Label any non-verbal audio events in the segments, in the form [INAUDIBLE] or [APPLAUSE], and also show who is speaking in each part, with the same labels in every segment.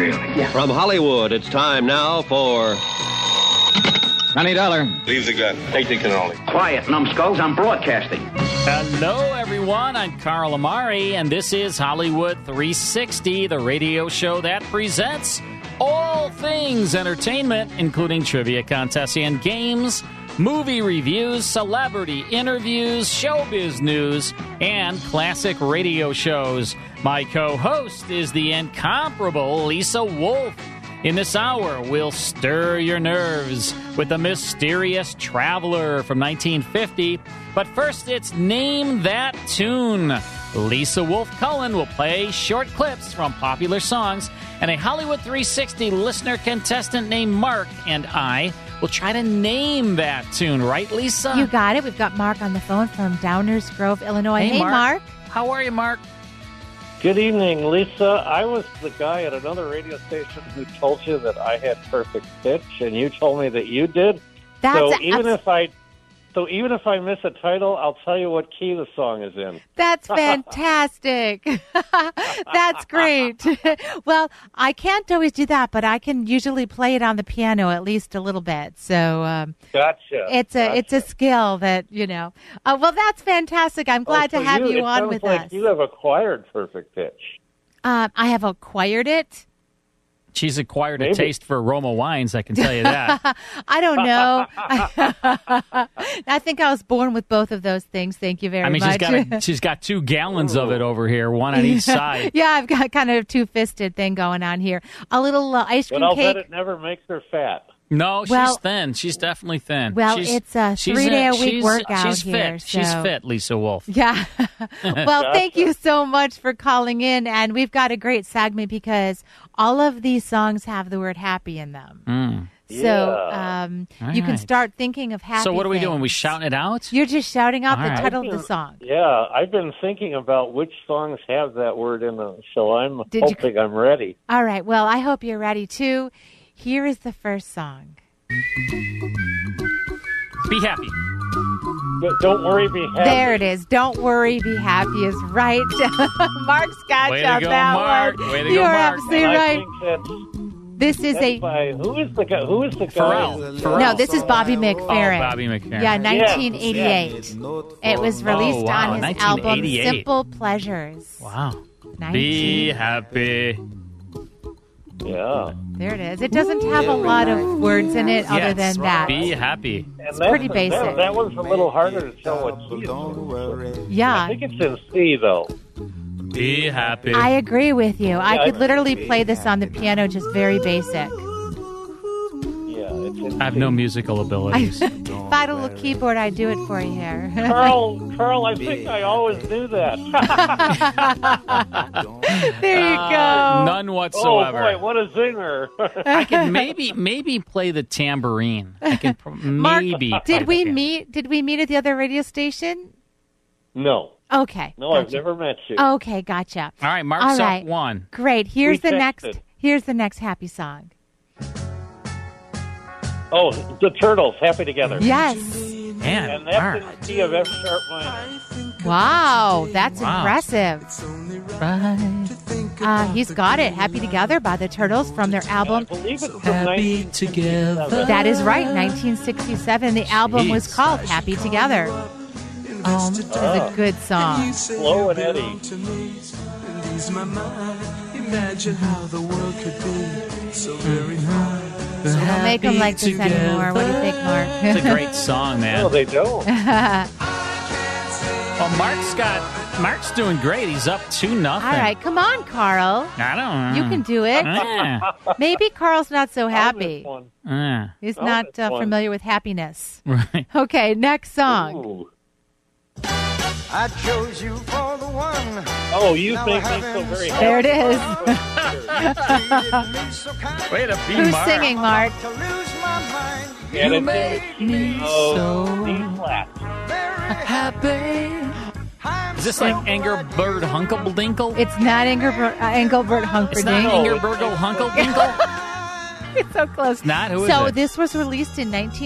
Speaker 1: Really?
Speaker 2: Yeah.
Speaker 3: From Hollywood, it's time now for. Honey Dollar.
Speaker 4: Leave the gun. Take the cannoli.
Speaker 5: Quiet, numbskulls. I'm broadcasting.
Speaker 6: Hello, everyone. I'm Carl Amari, and this is Hollywood 360, the radio show that presents all things entertainment, including trivia contests and games, movie reviews, celebrity interviews, showbiz news, and classic radio shows. My co host is the incomparable Lisa Wolf. In this hour, we'll stir your nerves with The Mysterious Traveler from 1950. But first, it's Name That Tune. Lisa Wolf Cullen will play short clips from popular songs, and a Hollywood 360 listener contestant named Mark and I will try to name that tune, right, Lisa?
Speaker 7: You got it. We've got Mark on the phone from Downers Grove, Illinois.
Speaker 6: Hey,
Speaker 7: Hey,
Speaker 6: Mark.
Speaker 7: Mark.
Speaker 6: How are you, Mark?
Speaker 8: Good evening, Lisa. I was the guy at another radio station who told you that I had perfect pitch, and you told me that you did.
Speaker 7: That's
Speaker 8: so
Speaker 7: a-
Speaker 8: even if I, so even if I miss a title, I'll tell you what key the song is in. [LAUGHS]
Speaker 7: That's fantastic. [LAUGHS] That's great. [LAUGHS] well, I can't always do that, but I can usually play it on the piano at least a little bit. So um,
Speaker 8: Gotcha. Oh,
Speaker 7: it's a it's a skill that you know. Uh, well, that's fantastic. I'm glad to have you,
Speaker 8: it
Speaker 7: on
Speaker 8: sounds
Speaker 7: with
Speaker 8: like
Speaker 7: us.
Speaker 8: You have acquired perfect pitch.
Speaker 7: Um, I have acquired it.
Speaker 6: She's acquired a
Speaker 8: Maybe.
Speaker 6: taste for Roma wines, I can tell
Speaker 7: [LAUGHS]
Speaker 6: you that.
Speaker 7: I don't
Speaker 8: [LAUGHS]
Speaker 7: know. [LAUGHS] I think I was born with both of those things. Thank you very
Speaker 6: I mean,
Speaker 7: much.
Speaker 6: she's got a, she's got two gallons of it over here, one
Speaker 7: [LAUGHS]
Speaker 6: on each side.
Speaker 7: yeah, I've got kind of a two fisted thing going on here. A little uh, ice
Speaker 8: But
Speaker 7: cream
Speaker 8: I'll
Speaker 7: cake.
Speaker 8: bet it never makes her fat.
Speaker 6: No, she's
Speaker 7: Well-
Speaker 6: thin. She's definitely thin.
Speaker 7: Well,
Speaker 6: she's,
Speaker 7: it's a
Speaker 6: she's
Speaker 7: three-day-a-week
Speaker 6: she's-
Speaker 7: workout
Speaker 6: She's fit.
Speaker 7: here,
Speaker 6: She's
Speaker 7: so-
Speaker 6: fit, Lisa Wolf. [LAUGHS]
Speaker 7: Yeah. [LAUGHS] well, thank you so much for calling in. And we've got a great segment because all of these songs have the word happy in them.
Speaker 6: Mm.
Speaker 7: So
Speaker 8: Yeah.
Speaker 7: um,
Speaker 6: All
Speaker 7: you can
Speaker 6: right.
Speaker 7: start thinking of happy.
Speaker 6: So what are we doing? We
Speaker 7: things.
Speaker 6: shouting it out?
Speaker 7: You're just shouting out
Speaker 6: All
Speaker 7: the
Speaker 6: right.
Speaker 7: title of the song.
Speaker 8: Yeah, I've been thinking about which songs have that word in them, so I'm
Speaker 7: Did you-
Speaker 8: hoping I'm ready.
Speaker 7: All right. Well, I hope you're ready too. Here is the first song.
Speaker 6: Be happy.
Speaker 8: But don't worry, be happy.
Speaker 7: There it is. Don't worry, be happy is right. [LAUGHS] Mark's got
Speaker 6: Way
Speaker 7: you
Speaker 6: to
Speaker 7: on
Speaker 6: go,
Speaker 7: that
Speaker 6: Mark.
Speaker 7: one.
Speaker 6: Way to go,
Speaker 7: you're
Speaker 6: Mark.
Speaker 7: absolutely
Speaker 8: I
Speaker 7: right.
Speaker 8: think that's
Speaker 7: This is
Speaker 8: That's
Speaker 7: a
Speaker 8: by- who is the guy? Who is the guy?
Speaker 6: Pharrell. Pharrell.
Speaker 7: no. This is Bobby
Speaker 6: oh,
Speaker 7: McFerrin.
Speaker 6: Bobby McFerrin.
Speaker 7: Yeah, 1988. It was released
Speaker 6: Oh, wow,
Speaker 7: on his album
Speaker 6: 1988.
Speaker 7: Simple Pleasures.
Speaker 6: Wow.
Speaker 7: 19
Speaker 6: Be happy.
Speaker 8: Yeah,
Speaker 7: There it is. It doesn't have a lot of words in it other
Speaker 6: Yes,
Speaker 7: than that.
Speaker 6: Be happy.
Speaker 8: it's
Speaker 7: pretty basic.
Speaker 8: That, that one's a little harder to tell what key. it's in. I
Speaker 7: Yeah.
Speaker 8: think it's in C though.
Speaker 6: Be happy.
Speaker 7: I agree with you. I
Speaker 8: Yeah,
Speaker 7: could
Speaker 8: I-
Speaker 7: literally play this on the piano, just very basic. [LAUGHS]
Speaker 8: Yeah, it's in
Speaker 6: I have
Speaker 8: C.
Speaker 6: no musical abilities.
Speaker 7: If I had a little keyboard, I'd do it for you here.
Speaker 8: Carl, Carl, I think I always knew that.
Speaker 7: [LAUGHS] there you
Speaker 6: Uh,
Speaker 7: go.
Speaker 6: None
Speaker 8: oh
Speaker 6: whatsoever.
Speaker 8: boy, what a zinger!
Speaker 6: [LAUGHS]
Speaker 7: [LAUGHS]
Speaker 8: [LAUGHS]
Speaker 6: I can maybe maybe play the tambourine. I can pro-
Speaker 7: Mark,
Speaker 6: maybe. play
Speaker 7: [LAUGHS] did we
Speaker 6: the tam-
Speaker 7: meet? Did we meet at the other radio station?
Speaker 8: no,
Speaker 7: Okay.
Speaker 8: no, I've
Speaker 7: gotcha.
Speaker 8: never met you.
Speaker 7: Okay, gotcha.
Speaker 6: All right, Mark's
Speaker 7: All
Speaker 6: up
Speaker 7: right.
Speaker 6: one.
Speaker 7: Great. Here's the next.
Speaker 8: texted.
Speaker 7: Here's the next happy song.
Speaker 8: Oh, the Turtles, happy together.
Speaker 7: Yes.
Speaker 6: And
Speaker 8: And
Speaker 6: Mark.
Speaker 8: that's in C of F sharp minor.
Speaker 7: Wow, that's
Speaker 6: Wow.
Speaker 7: impressive.
Speaker 6: Right.
Speaker 7: Uh, he's got it. Happy Together by the Turtles from their
Speaker 8: I
Speaker 7: album.
Speaker 8: believe it's from
Speaker 6: Happy
Speaker 8: 1967.
Speaker 6: together.
Speaker 7: That is right, 1967. The album was
Speaker 6: Jeez.
Speaker 7: called Happy Together. Oh, it was a good song.
Speaker 8: Flo and Eddie.
Speaker 7: Mm-hmm. I don't make them like this anymore. What do you think,
Speaker 6: It's a
Speaker 7: Mark?
Speaker 6: great song, man.
Speaker 8: No, they don't.
Speaker 6: Well, Mark's got Mark's doing great. He's up two nothing.
Speaker 7: [LAUGHS] All right, come on, Carl.
Speaker 6: I don't.
Speaker 7: You can do it.
Speaker 6: Yeah.
Speaker 8: Mm.
Speaker 7: Maybe Carl's not so happy.
Speaker 6: Yeah.
Speaker 7: He's
Speaker 6: I'll
Speaker 7: not
Speaker 6: miss
Speaker 7: uh,
Speaker 6: one.
Speaker 7: familiar with happiness.
Speaker 6: Right.
Speaker 7: [LAUGHS] Okay, next song.
Speaker 9: I chose you for the one.
Speaker 8: Oh, you
Speaker 9: Now
Speaker 8: think
Speaker 9: I
Speaker 8: me so
Speaker 9: haven't
Speaker 8: very
Speaker 7: There it
Speaker 8: happy.
Speaker 7: is.
Speaker 6: [LAUGHS] Way to be
Speaker 7: Who's
Speaker 6: Mark.
Speaker 7: singing, Mark?
Speaker 8: And
Speaker 9: You
Speaker 8: it's-
Speaker 9: make me
Speaker 8: oh, D-flat.
Speaker 6: Is this like Engelbert Hunklebunkle?
Speaker 7: It's not Engelbert, uh, Engelbert Humperdinck.
Speaker 6: It's not Engelberto
Speaker 7: [LAUGHS]
Speaker 6: Hunklebunkle.
Speaker 7: It's so close.
Speaker 6: It's not. Who is
Speaker 7: so
Speaker 6: it?
Speaker 7: this was released in
Speaker 6: Who is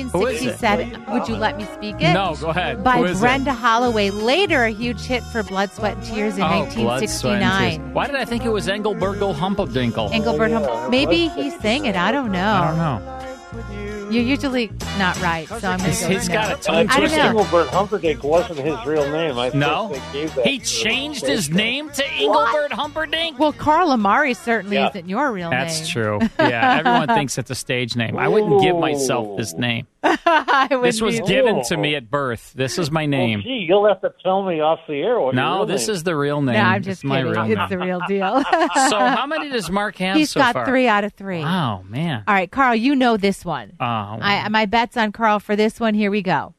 Speaker 6: it?
Speaker 7: 1967. Would you let me speak it?
Speaker 6: No, go ahead.
Speaker 7: By
Speaker 6: Who is it?
Speaker 7: Brenda Holloway, later a huge hit for Blood, Sweat, and Tears in
Speaker 6: Oh, blood, sweat, and
Speaker 7: 1969.
Speaker 6: tears. Why did I think it was Engelberto Humplebunkle?
Speaker 7: Engelbert Humperdinck. Maybe Oh. he sang it. I don't know.
Speaker 6: I don't know.
Speaker 7: You're usually not right, so I'm going to
Speaker 6: He's-
Speaker 7: go
Speaker 6: he's
Speaker 7: with
Speaker 6: got
Speaker 7: no.
Speaker 6: a tongue
Speaker 7: I don't know.
Speaker 8: Engelbert Humperdinck wasn't his real name. I think
Speaker 6: No,
Speaker 8: they gave that
Speaker 6: he
Speaker 8: to-
Speaker 6: changed his name to
Speaker 7: What?
Speaker 6: Engelbert Humperdinck.
Speaker 7: Well, Carl Amari certainly
Speaker 8: Yeah.
Speaker 7: isn't your real name. [LAUGHS]
Speaker 6: That's true. Yeah, everyone thinks it's a stage name. I wouldn't give myself this name.
Speaker 7: [LAUGHS] I wouldn't
Speaker 6: This was
Speaker 7: either.
Speaker 6: given to me at birth. This is my
Speaker 8: Well,
Speaker 6: name.
Speaker 8: gee, you'll have to tell me off the air what your
Speaker 6: No,
Speaker 8: real
Speaker 6: this
Speaker 8: name
Speaker 6: is the real name.
Speaker 7: No, I'm
Speaker 6: This
Speaker 7: just
Speaker 6: is my
Speaker 7: kidding.
Speaker 6: real
Speaker 7: it's
Speaker 6: name.
Speaker 7: the real deal.
Speaker 6: [LAUGHS] so how many does Mark have
Speaker 7: He's
Speaker 6: so
Speaker 7: got
Speaker 6: far?
Speaker 7: three out of three.
Speaker 6: Wow, Oh, man.
Speaker 7: All right, Carl, you know this one.
Speaker 6: Oh,
Speaker 7: I, my bet's on Carl for this one. Here we go.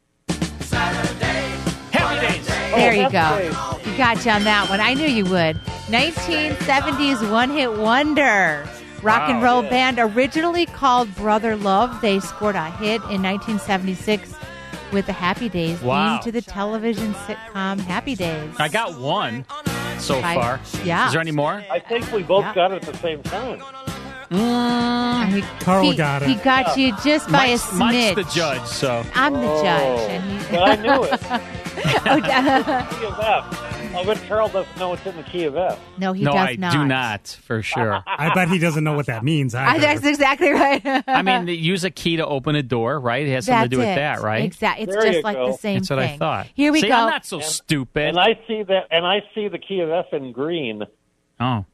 Speaker 6: happy days.
Speaker 7: There you
Speaker 8: that's
Speaker 7: go. You got you on that one. I knew you would. 1970s one hit wonder. Rock and roll
Speaker 6: Wow,
Speaker 7: band originally called Brother Love. They scored a hit in 1976 with the Happy Days
Speaker 6: Wow.
Speaker 7: theme to the television sitcom Happy Days.
Speaker 6: I got one so
Speaker 7: Right.
Speaker 6: far.
Speaker 7: Yeah.
Speaker 6: Is there any more?
Speaker 8: I think we both
Speaker 7: Yeah.
Speaker 8: got it at the same time.
Speaker 7: And he-
Speaker 10: Carl
Speaker 7: he-
Speaker 10: got it.
Speaker 7: He got you just by
Speaker 6: Mike's,
Speaker 7: a
Speaker 6: Mike's
Speaker 7: smidge.
Speaker 6: the judge, so
Speaker 7: I'm the
Speaker 8: Oh,
Speaker 7: judge. And he,
Speaker 8: but I
Speaker 7: [LAUGHS]
Speaker 8: knew it.
Speaker 7: oh, da-
Speaker 8: Key of F. I bet Carl doesn't know it's in the key of F.
Speaker 7: no, he
Speaker 6: no,
Speaker 7: does
Speaker 6: I do not
Speaker 7: [LAUGHS]
Speaker 6: for sure.
Speaker 10: I bet he doesn't know what that means.
Speaker 7: I,
Speaker 10: either.
Speaker 7: that's exactly right.
Speaker 6: I mean, they use a key to open a door, right? It has something to do with that, right?
Speaker 7: Exactly. It's
Speaker 8: There
Speaker 7: just
Speaker 8: you
Speaker 7: like
Speaker 8: go.
Speaker 7: the same
Speaker 6: That's what
Speaker 7: thing.
Speaker 6: I thought.
Speaker 7: Here we
Speaker 6: See,
Speaker 7: go.
Speaker 6: I'm not so stupid.
Speaker 8: And I see that, and I see the key of F in green.
Speaker 6: oh, wow.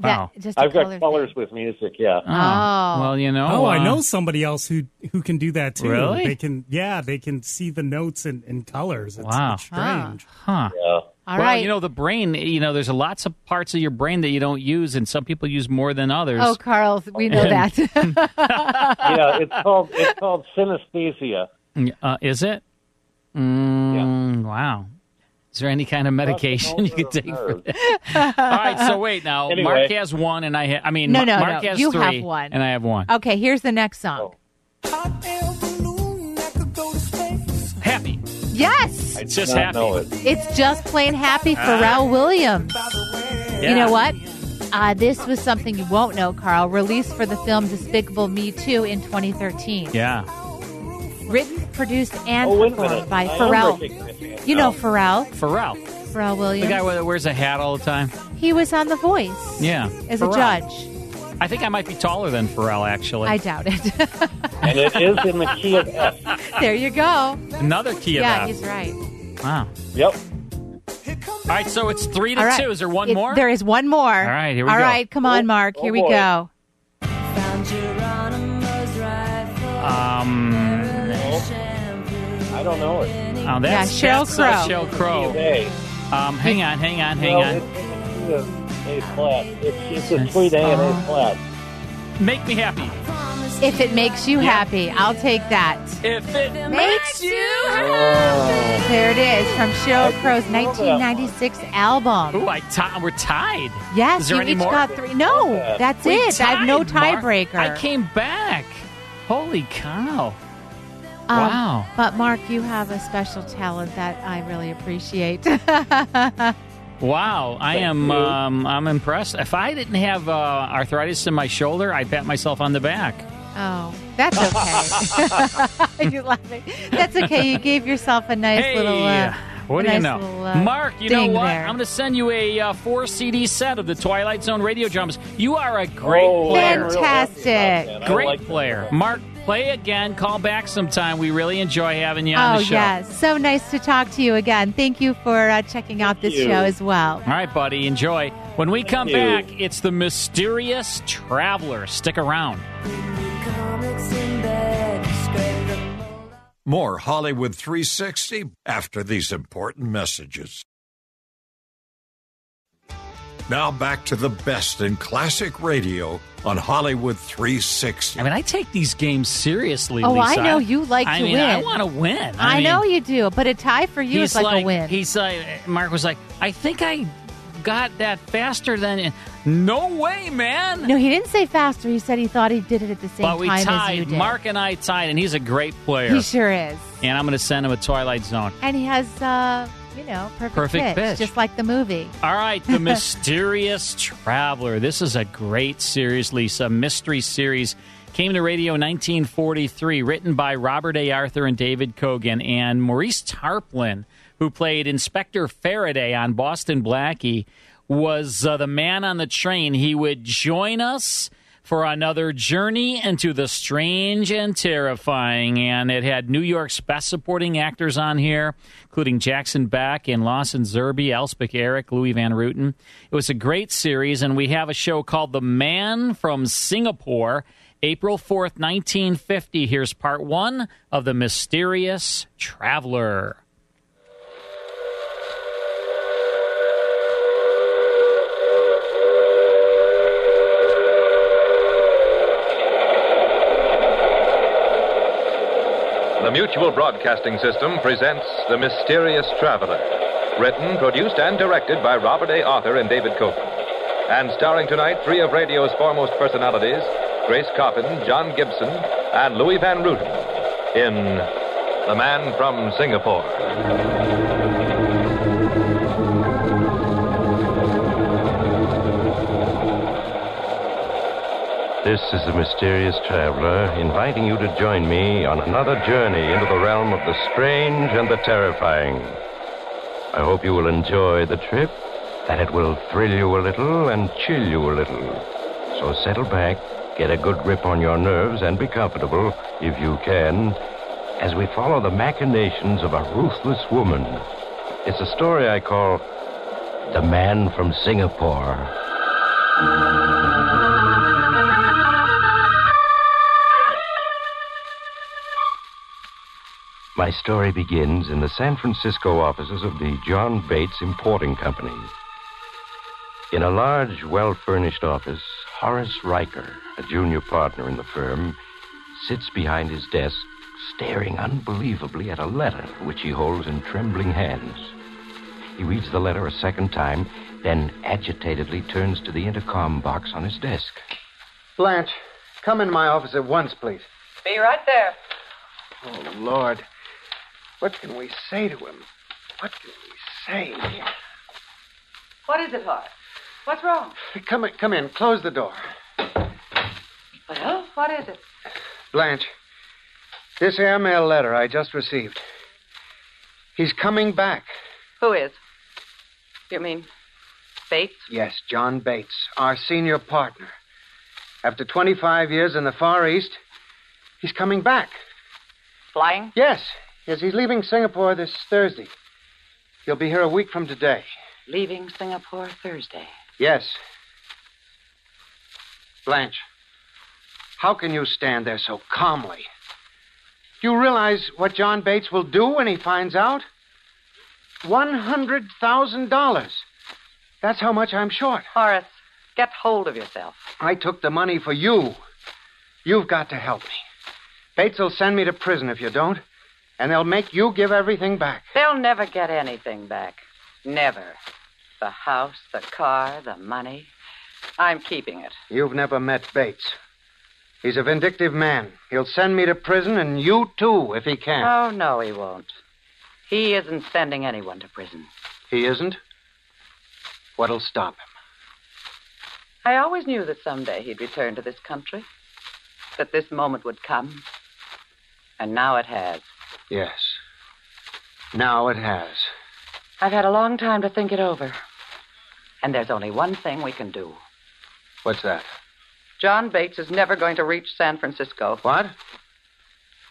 Speaker 7: That, just a
Speaker 8: I've got
Speaker 7: color
Speaker 8: colors
Speaker 7: thing.
Speaker 8: with music. Yeah.
Speaker 7: Oh.
Speaker 6: well, you know.
Speaker 10: Oh, I
Speaker 6: uh,
Speaker 10: know somebody else who who can do that too.
Speaker 6: Really?
Speaker 10: They can, yeah, they can see the notes in, in colors. It's,
Speaker 6: Wow.
Speaker 10: it's strange.
Speaker 6: Huh.
Speaker 8: Yeah.
Speaker 7: All
Speaker 6: well,
Speaker 7: right.
Speaker 6: you know, the brain, you know, there's lots of parts of your brain that you don't use, and some people use more than others.
Speaker 7: oh, Carl, we know that.
Speaker 6: [LAUGHS]
Speaker 8: yeah, it's called it's called synesthesia.
Speaker 6: Uh, is it? Mm, Wow. Is there any kind of medication [LAUGHS] you could take for that? All right, so wait now.
Speaker 8: [LAUGHS] Anyway.
Speaker 6: Mark has one, and I ha- I mean,
Speaker 7: No,
Speaker 6: Ma-
Speaker 7: no,
Speaker 6: Mark
Speaker 7: no.
Speaker 6: has
Speaker 7: You
Speaker 6: three,
Speaker 7: have one.
Speaker 6: and I have one.
Speaker 7: okay, here's the next song.
Speaker 6: Oh. Happy.
Speaker 7: Yes,
Speaker 6: It's just
Speaker 8: Not
Speaker 6: happy. Ah.
Speaker 8: know it.
Speaker 7: it's just plain happy. Pharrell Williams. You know what? Uh, this was something you won't know, Carl. Released for the film Despicable Me 2 in 2013.
Speaker 6: Yeah.
Speaker 7: Written, produced, and
Speaker 8: Oh, wait a
Speaker 7: performed
Speaker 8: minute.
Speaker 7: by
Speaker 8: I am Oh.
Speaker 7: Pharrell.
Speaker 8: recognizing it
Speaker 7: You
Speaker 8: now.
Speaker 7: know Pharrell.
Speaker 6: Pharrell.
Speaker 7: Pharrell
Speaker 6: The guy
Speaker 7: Williams.
Speaker 6: that wears a hat all the time.
Speaker 7: He was on The Voice.
Speaker 6: Yeah.
Speaker 7: As
Speaker 6: Pharrell.
Speaker 7: a judge.
Speaker 6: I think I might be taller than Pharrell, actually.
Speaker 7: I doubt it. [LAUGHS]
Speaker 8: and it is in the key of F.
Speaker 7: there you go.
Speaker 6: Another key of
Speaker 7: yeah,
Speaker 6: that.
Speaker 7: he's right.
Speaker 6: Wow.
Speaker 8: Yep.
Speaker 6: All right, so it's three to
Speaker 7: All right.
Speaker 6: two. Is there one
Speaker 7: It-
Speaker 6: more?
Speaker 7: There is one more.
Speaker 6: All right, here we
Speaker 7: All
Speaker 6: go.
Speaker 7: right, come on, Mark.
Speaker 8: oh
Speaker 7: here we
Speaker 8: boy.
Speaker 7: go.
Speaker 6: Um,
Speaker 8: I don't know it.
Speaker 6: oh, that's
Speaker 7: Yeah, Sheryl
Speaker 6: that's,
Speaker 7: Crow.
Speaker 6: uh, Sheryl Crow.
Speaker 8: Hey,
Speaker 6: Um, hang on, hang on, hang
Speaker 8: no,
Speaker 6: on.
Speaker 8: It's in the key of A flat. It's, it's a sweet A and A flat.
Speaker 6: Um, Make me happy.
Speaker 7: If it makes you happy, I'll take that.
Speaker 6: If it
Speaker 7: Makes you
Speaker 8: Oh.
Speaker 7: There it is from Sheryl Crow's
Speaker 8: know that
Speaker 7: 1996 album.
Speaker 6: Ooh, I ti- we're tied.
Speaker 7: Yes,
Speaker 6: Is there
Speaker 7: you
Speaker 6: any
Speaker 7: each
Speaker 6: more?
Speaker 7: got three. No,
Speaker 8: that.
Speaker 7: that's
Speaker 6: We
Speaker 7: it. I have no
Speaker 6: tied, Mark.
Speaker 7: tiebreaker.
Speaker 6: I came back. Holy cow!
Speaker 7: Um,
Speaker 6: wow.
Speaker 7: But Mark, you have a special talent that I really appreciate. [LAUGHS]
Speaker 6: Wow, I am.
Speaker 8: you.
Speaker 6: Um, I'm impressed. If I didn't have uh, arthritis in my shoulder, I'd pat myself on the back.
Speaker 7: oh, that's okay.
Speaker 6: [LAUGHS]
Speaker 7: You're laughing. That's okay. You gave yourself a nice
Speaker 6: hey,
Speaker 7: little. Uh,
Speaker 6: what do
Speaker 7: nice
Speaker 6: you know,
Speaker 7: little, uh,
Speaker 6: Mark? You know
Speaker 7: ding
Speaker 6: what?
Speaker 7: there.
Speaker 6: I'm going to send you a uh, four CD set of the Twilight Zone radio dramas. You are a great
Speaker 8: Oh,
Speaker 6: player.
Speaker 8: I'm real happy about that.
Speaker 7: Fantastic.
Speaker 8: I
Speaker 6: Great
Speaker 8: like that.
Speaker 6: player. Mark, play again. Call back sometime. We really enjoy having you on
Speaker 7: Oh,
Speaker 6: the show.
Speaker 7: yes. So nice to talk to you again. Thank you for uh, checking out this
Speaker 8: you.
Speaker 7: show as well.
Speaker 6: All right, buddy. Enjoy. When we come
Speaker 8: you.
Speaker 6: back, it's the mysterious traveler. Stick around.
Speaker 11: More Hollywood 360 after these important messages. Now back to the best in classic radio on Hollywood 360.
Speaker 6: I mean, I take these games seriously.
Speaker 7: Oh,
Speaker 6: Lisa.
Speaker 7: I know you like
Speaker 6: I
Speaker 7: to
Speaker 6: mean,
Speaker 7: win.
Speaker 6: I want to win.
Speaker 7: I,
Speaker 6: I, mean,
Speaker 7: know you do, but a tie for you is
Speaker 6: he's
Speaker 7: like, a win.
Speaker 6: He's like, Mark was like, I think I got that faster than. No way, man.
Speaker 7: No, he didn't say faster. He said he thought he did it at the same
Speaker 6: But we
Speaker 7: time as you
Speaker 6: tied.
Speaker 7: did.
Speaker 6: Mark and I tied, and he's a great player.
Speaker 7: He sure is,
Speaker 6: And I'm going to send him a Twilight Zone.
Speaker 7: and he has, uh, you know, perfect,
Speaker 6: Perfect pitch.
Speaker 7: just like the movie.
Speaker 6: All right,
Speaker 7: [LAUGHS]
Speaker 6: The Mysterious Traveler. This is a great series, Lisa. Mystery series. Came to radio in 1943, written by Robert A. Arthur and David Kogan and Maurice Tarplin, who played Inspector Faraday on Boston Blackie, was uh, the man on the train. He would join us for another journey into the strange and terrifying. And it had New York's best supporting actors on here, including Jackson Beck and Lawson Zerbe, Elspeth Eric, Louis Van Ruten. It was a great series, and we have a show called The Man from Singapore. April 4th, 1950. Here's part one of The Mysterious Traveler.
Speaker 12: The Mutual Broadcasting System presents The Mysterious Traveler, written, produced, and directed by Robert A. Arthur and David Copen. And starring tonight three of radio's foremost personalities Grace Coffin, John Gibson, and Louis Van Ruten in The Man from Singapore.
Speaker 13: This is the mysterious traveler inviting you to join me on another journey into the realm of the strange and the terrifying. I hope you will enjoy the trip, that it will thrill you a little and chill you a little. So settle back, get a good grip on your nerves, and be comfortable, if you can, as we follow the machinations of a ruthless woman. It's a story I call The Man from Singapore. My story begins in the San Francisco offices of the John Bates Importing Company. In a large, well furnished office, Horace Riker, a junior partner in the firm, sits behind his desk, staring unbelievably at a letter which he holds in trembling hands. He reads the letter a second time, then agitatedly turns to the intercom box on his desk.
Speaker 14: Blanche, come into my office at once, please.
Speaker 15: Be right there.
Speaker 14: Oh, Lord. What can we say to him? What can we say?
Speaker 15: What is it, Horace? What's wrong?
Speaker 14: Come in, come in. Close the door.
Speaker 15: Well, what is it?
Speaker 14: Blanche, this airmail letter I just received. He's coming back.
Speaker 15: Who is? You mean Bates?
Speaker 14: Yes, John Bates, our senior partner. After 25 years in the Far East, he's coming back.
Speaker 15: Flying?
Speaker 14: Yes, yes, he's leaving Singapore this Thursday. He'll be here a week from today.
Speaker 15: Leaving Singapore Thursday.
Speaker 14: Yes. Blanche, how can you stand there so calmly? Do you realize what John Bates will do when he finds out? $100,000. That's how much I'm short.
Speaker 15: Horace, get hold of yourself.
Speaker 14: I took the money for you. You've got to help me. Bates will send me to prison if you don't, and they'll make you give everything back.
Speaker 15: They'll never get anything back. Never. The house, the car, the money. I'm keeping it.
Speaker 14: You've never met Bates. He's a vindictive man. He'll send me to prison, and you too, if he can.
Speaker 15: Oh, no, he won't. He isn't sending anyone to prison.
Speaker 14: He isn't? What'll stop him?
Speaker 15: I always knew that someday he'd return to this country, that this moment would come. And now it has.
Speaker 14: Yes. Now it has.
Speaker 15: I've had a long time to think it over. And there's only one thing we can do.
Speaker 14: What's that?
Speaker 15: John Bates is never going to reach San Francisco.
Speaker 14: What?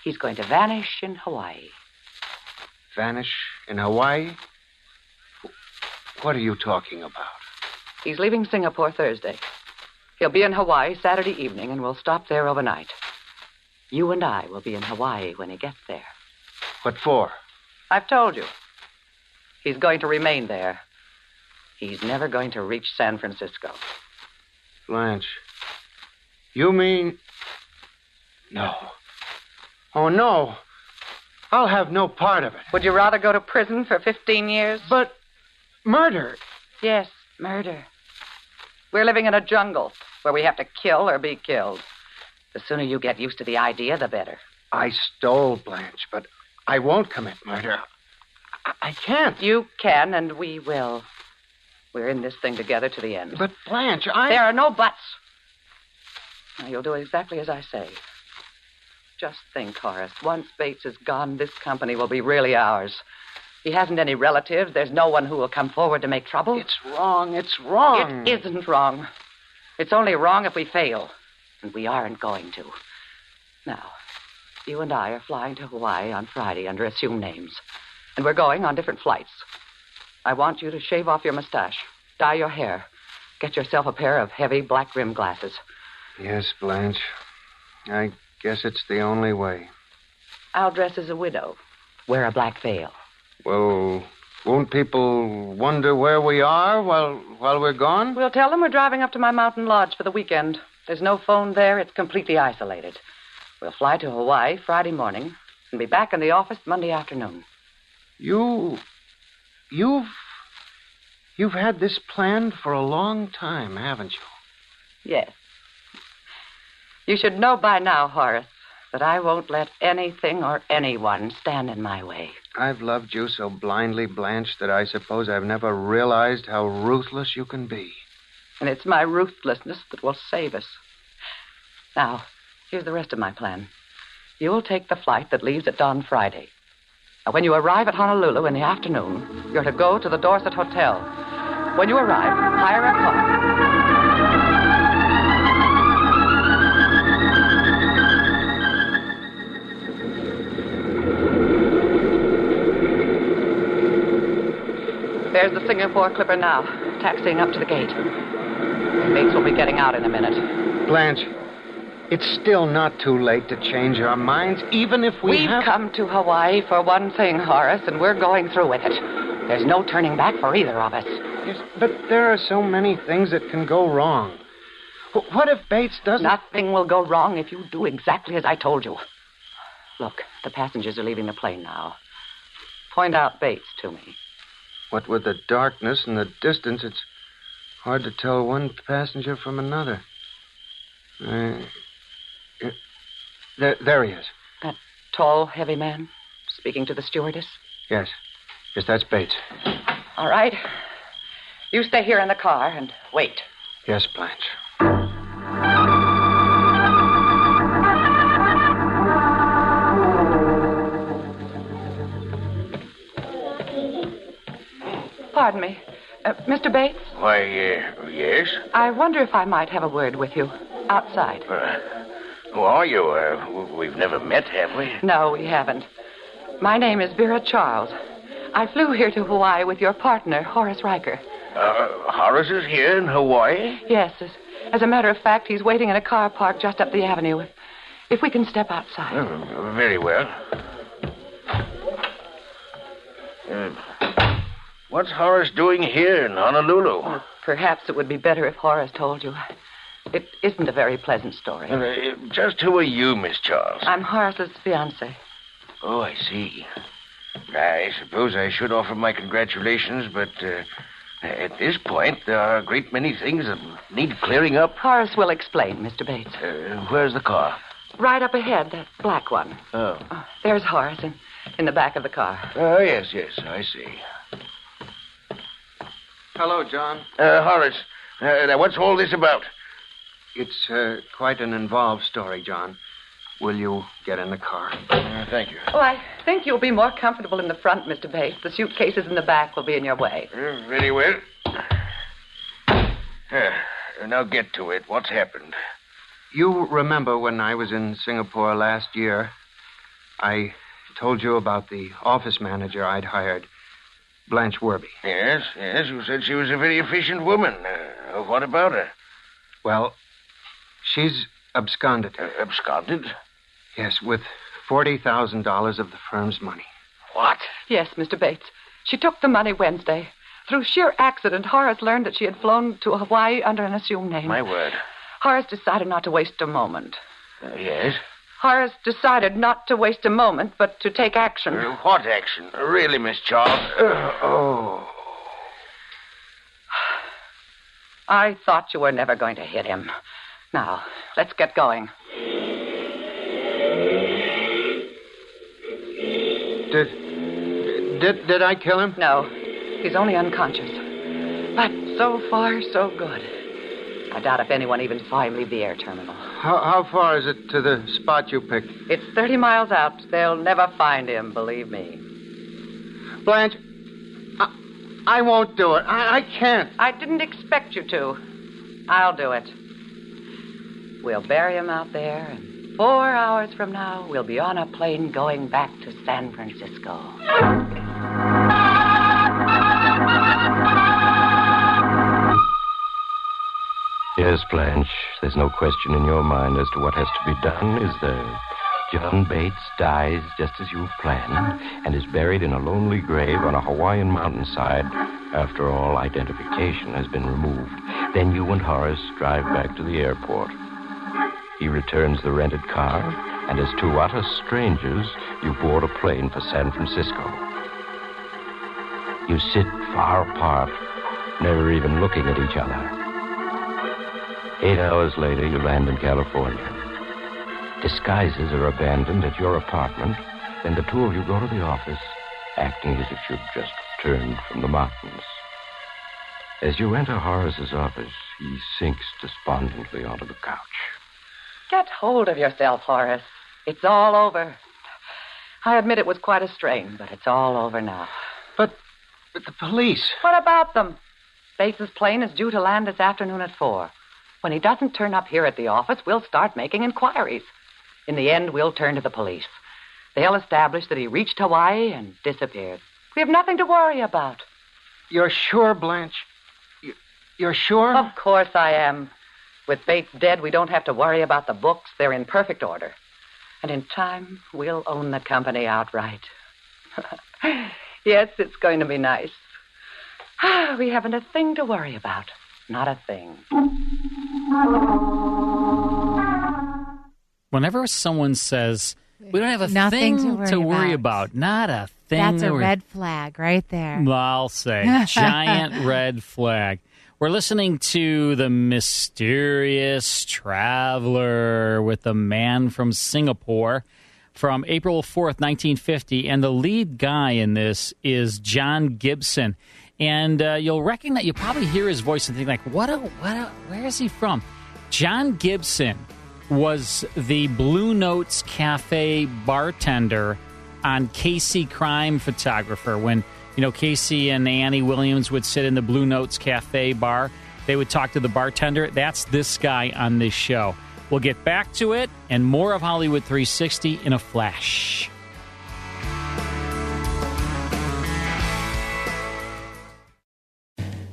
Speaker 15: He's going to vanish in Hawaii.
Speaker 14: Vanish in Hawaii? Wh- What are you talking about?
Speaker 15: He's leaving Singapore Thursday. He'll be in Hawaii Saturday evening, and we'll stop there overnight. You and I will be in Hawaii when he gets there.
Speaker 14: What for?
Speaker 15: I've told you. He's going to remain there. He's never going to reach San Francisco.
Speaker 14: Blanche. You mean. No. Oh, no. I'll have no part of it.
Speaker 15: Would you rather go to prison for 15 years?
Speaker 14: But murder.
Speaker 15: Yes, murder. We're living in a jungle where we have to kill or be killed. The sooner you get used to the idea, the better.
Speaker 14: I stole Blanche, but I won't commit murder. I, I can't.
Speaker 15: You can, and we will. We're in this thing together to the end.
Speaker 14: But, Blanche, I.
Speaker 15: There are no buts. Now, you'll do exactly as I say. Just think, Horace. Once Bates is gone, this company will be really ours. He hasn't any relatives. There's no one who will come forward to make trouble.
Speaker 14: It's wrong. It's wrong.
Speaker 15: It isn't wrong. It's only wrong if we fail. And we aren't going to. Now, you and I are flying to Hawaii on Friday under assumed names. And we're going on different flights. I want you to shave off your mustache, dye your hair, get yourself a pair of heavy black rimmed glasses.
Speaker 14: Yes, Blanche. I guess it's the only way.
Speaker 15: I'll dress as a widow, wear a black veil.
Speaker 14: Well, won't people wonder where we are while while we're gone?
Speaker 15: We'll tell them we're driving up to my mountain lodge for the weekend. There's no phone there. It's completely isolated. We'll fly to Hawaii Friday morning and be back in the office Monday afternoon.
Speaker 14: You you've you've had this planned for a long time, haven't you?
Speaker 15: Yes. You should know by now, Horace, that I won't let anything or anyone stand in my way.
Speaker 14: I've loved you so blindly, Blanche, that I suppose I've never realized how ruthless you can be.
Speaker 15: And it's my ruthlessness that will save us. Now, here's the rest of my plan. You'll take the flight that leaves at dawn Friday. Now, when you arrive at Honolulu in the afternoon, you're to go to the Dorset Hotel. When you arrive, hire a car. There's the Singapore Clipper now, taxiing up to the gate. Bates will be getting out in a minute.
Speaker 14: Blanche, it's still not too late to change our minds, even if we
Speaker 15: We've
Speaker 14: have...
Speaker 15: come to Hawaii for one thing, Horace, and we're going through with it. There's no turning back for either of us.
Speaker 14: Yes, but there are so many things that can go wrong. What if Bates doesn't...
Speaker 15: Nothing will go wrong if you do exactly as I told you. Look, the passengers are leaving the plane now. Point out Bates to me.
Speaker 14: What with the darkness and the distance, it's hard to tell one passenger from another. Uh, uh, there, there he is.
Speaker 15: That tall, heavy man speaking to the stewardess?
Speaker 14: Yes. Yes, that's Bates.
Speaker 15: All right. You stay here in the car and wait.
Speaker 14: Yes, Blanche.
Speaker 15: Pardon me. Uh, Mr. Bates?
Speaker 16: Why, uh, yes?
Speaker 15: I wonder if I might have a word with you outside.
Speaker 16: Uh, who are you? Uh, we've never met, have we?
Speaker 15: No, we haven't. My name is Vera Charles. I flew here to Hawaii with your partner, Horace Riker.
Speaker 16: Uh, Horace is here in Hawaii?
Speaker 15: Yes. As, as, a matter of fact, he's waiting in a car park just up the avenue. If, if we can step outside.
Speaker 16: Oh, very well. Um, What's Horace doing here in Honolulu? Well,
Speaker 15: perhaps it would be better if Horace told you. It isn't a very pleasant story.
Speaker 16: Uh, just who are you, Miss Charles?
Speaker 15: I'm Horace's fiancée.
Speaker 16: Oh, I see. I suppose I should offer my congratulations, but uh, at this point, there are a great many things that need clearing up.
Speaker 15: Horace will explain, Mr. Bates.
Speaker 16: Uh, where's the car?
Speaker 15: Right up ahead, that black one.
Speaker 16: Oh. oh
Speaker 15: there's Horace in, in the back of the car.
Speaker 16: Oh, yes, yes, I see.
Speaker 14: Hello, John.
Speaker 16: Uh, Horace, uh, now what's all this about?
Speaker 14: It's uh, quite an involved story, John. Will you get in the car?
Speaker 16: thank you.
Speaker 15: Oh, I think you'll be more comfortable in the front, Mr. Bates. The suitcases in the back will be in your way.
Speaker 16: very well. Uh, now get to it. What's happened?
Speaker 14: You remember when I was in Singapore last year, I told you about the office manager I'd hired. Blanche Werby.
Speaker 16: Yes, yes. You said she was a very efficient woman. Uh, what about her?
Speaker 14: Well, she's absconded.
Speaker 16: Uh, absconded?
Speaker 14: Yes, with $40,000 of the firm's money.
Speaker 16: What?
Speaker 15: Yes, Mr. Bates. She took the money Wednesday. Through sheer accident, Horace learned that she had flown to Hawaii under an assumed name.
Speaker 16: My word.
Speaker 15: Horace decided not to waste a moment.
Speaker 16: Uh, yes?
Speaker 15: Horace decided not to waste a moment, but to take action.
Speaker 16: Uh, what action? Uh, Really, Miss Charles? Uh, oh.
Speaker 15: I thought you were never going to hit him. Now, let's get going.
Speaker 14: Did, did did I kill him?
Speaker 15: No. He's only unconscious. But so far, so good. I doubt if anyone even saw him leave the air terminal.
Speaker 14: How, how far is it to the spot you picked?
Speaker 15: It's 30 miles out. They'll never find him, believe me.
Speaker 14: Blanche, I, I won't do it. I, I can't.
Speaker 15: I didn't expect you to. I'll do it. We'll bury him out there, and four hours from now, we'll be on a plane going back to San Francisco.
Speaker 13: Yes, Blanche, there's no question in your mind as to what has to be done, is there? John Bates dies just as you've planned and is buried in a lonely grave on a Hawaiian mountainside after all identification has been removed. Then you and Horace drive back to the airport. He returns the rented car, and as two utter strangers, you board a plane for San Francisco. You sit far apart, never even looking at each other. Eight hours later, you land in California. Disguises are abandoned at your apartment, and the two of you go to the office, acting as if you'd just returned from the mountains. As you enter Horace's office, he sinks despondently onto the couch.
Speaker 15: Get hold of yourself, Horace. It's all over. I admit it was quite a strain, but it's all over now.
Speaker 14: But, but the police.
Speaker 15: What about them? Bates's plane is due to land this afternoon at four. When he doesn't turn up here at the office, we'll start making inquiries. In the end, we'll turn to the police. They'll establish that he reached Hawaii and disappeared. We have nothing to worry about.
Speaker 14: You're sure, Blanche? You- You're sure?
Speaker 15: Of course I am. With Bates dead, we don't have to worry about the books. They're in perfect order. And in time, we'll own the company outright. [LAUGHS] yes, it's going to be nice. [SIGHS] we haven't a thing to worry about. Not a thing.
Speaker 6: Whenever someone says, we don't have a
Speaker 7: Nothing
Speaker 6: thing
Speaker 7: to worry
Speaker 6: about. not a thing.
Speaker 7: That's
Speaker 6: to
Speaker 7: a
Speaker 6: worry-
Speaker 7: red flag right there.
Speaker 6: I'll say giant red flag. We're listening to the mysterious traveler with the man from Singapore from April 4th, 1950. And the lead guy in this is John Gibson. And uh, you'll recognize, you'll probably hear his voice and think, like, what a, what a, where is he from? John Gibson was the Blue Notes Cafe bartender on Casey Crime Photographer when you know Casey and Annie Williams would sit in the Blue Notes Cafe bar. They would talk to the bartender. That's this guy on this show. We'll get back to it and more of Hollywood 360 in a flash.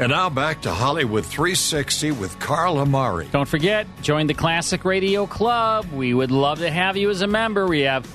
Speaker 11: And now back to Hollywood 360 with Carl Amari.
Speaker 6: Don't forget, join the Classic Radio Club. We would love to have you as a member. We have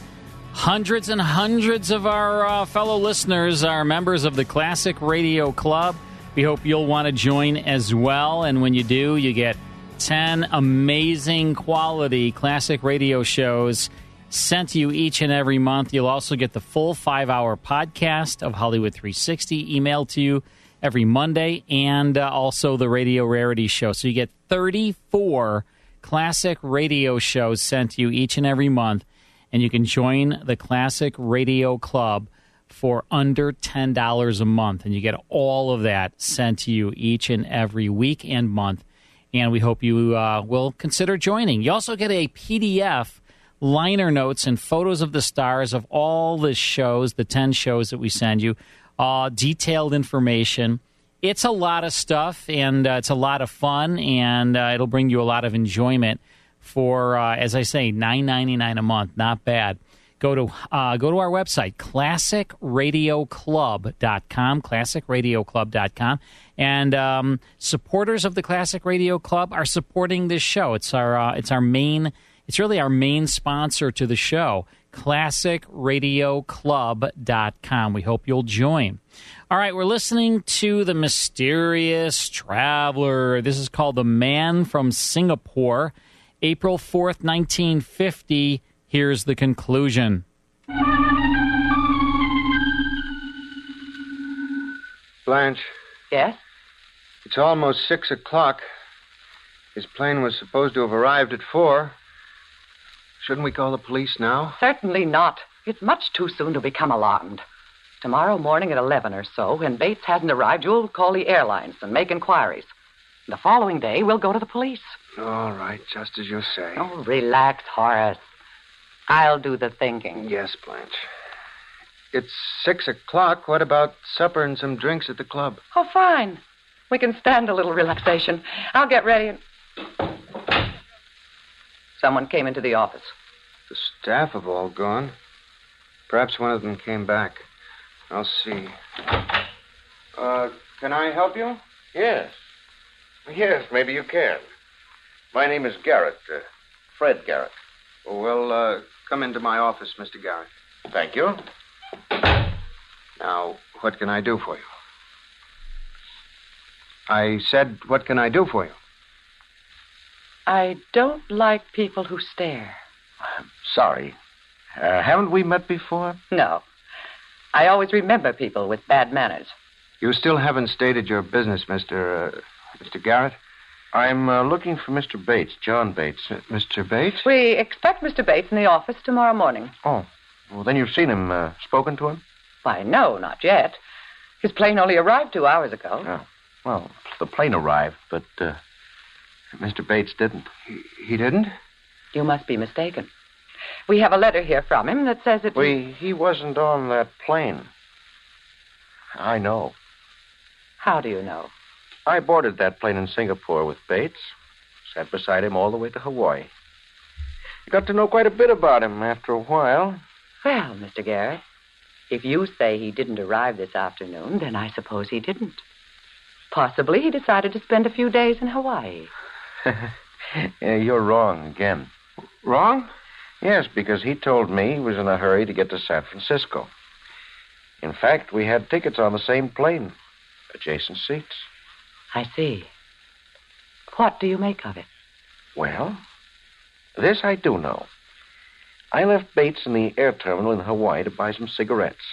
Speaker 6: hundreds and hundreds of our uh, fellow listeners are members of the Classic Radio Club. We hope you'll want to join as well. And when you do, you get 10 amazing quality classic radio shows sent to you each and every month. You'll also get the full five hour podcast of Hollywood 360 emailed to you every Monday and uh, also the Radio Rarity Show. So you get 34 classic radio shows sent to you each and every month. And you can join the Classic Radio Club for under $10 a month. And you get all of that sent to you each and every week and month. And we hope you uh, will consider joining. You also get a PDF liner notes and photos of the stars of all the shows, the 10 shows that we send you, uh, detailed information. It's a lot of stuff and uh, it's a lot of fun and uh, it'll bring you a lot of enjoyment for, uh, as I say, nine ninety nine a month. Not bad. Go to, uh, go to our website, classicradioclub.com, classicradioclub.com. And um, supporters of the Classic Radio Club are supporting this show. It's our, uh, it's our main it's really our main sponsor to the show, classicradioclub.com. We hope you'll join. All right, we're listening to The Mysterious Traveler. This is called The Man from Singapore, April 4th, 1950. Here's the conclusion.
Speaker 14: Blanche,
Speaker 15: Yes?
Speaker 14: it's almost six o'clock. His plane was supposed to have arrived at four. Shouldn't we call the police now?
Speaker 15: Certainly not. It's much too soon to become alarmed. Tomorrow morning at 11 or so, when Bates hasn't arrived, you'll call the airlines and make inquiries. The following day, we'll go to the police.
Speaker 14: All right, just as you say.
Speaker 15: Oh, relax, Horace. I'll do the thinking.
Speaker 14: Yes, Blanche. It's six o'clock. What about supper and some drinks at the club?
Speaker 15: Oh, fine. We can stand a little relaxation. I'll get ready and. Someone came into the office.
Speaker 14: The staff have all gone. Perhaps one of them came back. I'll see. Uh, can I help you?
Speaker 16: Yes. Yes, maybe you can. My name is Garrett, uh, Fred Garrett.
Speaker 14: Well, uh, come into my office, Mr. Garrett.
Speaker 16: Thank you.
Speaker 14: Now, what can I do for you? I said, what can I do for you?
Speaker 15: I don't like people who stare.
Speaker 16: Sorry. Uh, haven't we met before?
Speaker 15: No. I always remember people with bad manners.
Speaker 14: You still haven't stated your business, Mr. Uh, Mr. Garrett.
Speaker 16: I'm uh, looking for Mr. Bates, John Bates.
Speaker 14: Uh, Mr. Bates?
Speaker 15: We expect Mr. Bates in the office tomorrow morning.
Speaker 16: Oh. Well, then you've seen him, uh, spoken to him?
Speaker 15: Why, no, not yet. His plane only arrived two hours ago.
Speaker 16: Yeah. Well, the plane arrived, but uh, Mr. Bates didn't.
Speaker 14: He, he didn't?
Speaker 15: You must be mistaken. We have a letter here from him that says it.
Speaker 16: We, he wasn't on that plane. I know.
Speaker 15: How do you know?
Speaker 16: I boarded that plane in Singapore with Bates, sat beside him all the way to Hawaii. Got to know quite a bit about him after a while.
Speaker 15: Well, Mr. Garrett, if you say he didn't arrive this afternoon, then I suppose he didn't. Possibly [LAUGHS] he decided to spend a few days in Hawaii.
Speaker 16: Yeah, you're wrong again.
Speaker 14: Wrong?
Speaker 16: Yes, because he told me he was in a hurry to get to San Francisco. In fact, we had tickets on the same plane, adjacent seats.
Speaker 15: I see. What do you make of it?
Speaker 16: Well, this I do know. I left Bates in the air terminal in Hawaii to buy some cigarettes.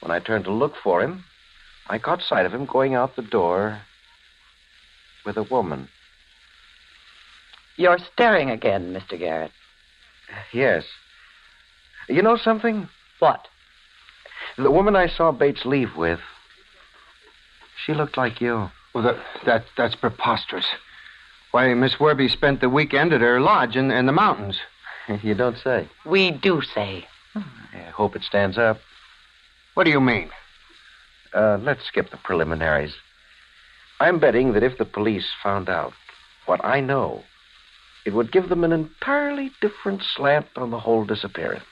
Speaker 16: When I turned to look for him, I caught sight of him going out the door with a woman.
Speaker 15: You're staring again, Mr. Garrett.
Speaker 16: Yes. You know something?
Speaker 15: What?
Speaker 16: The woman I saw Bates leave with, she looked like you.
Speaker 14: Well, that, that that's preposterous. Why, Miss Werby spent the weekend at her lodge in, in the mountains.
Speaker 16: [LAUGHS] you don't say.
Speaker 15: We do say.
Speaker 16: I hope it stands up.
Speaker 14: What do you mean?
Speaker 16: Uh, let's skip the preliminaries. I'm betting that if the police found out what I know, it would give them an entirely different slant on the whole disappearance.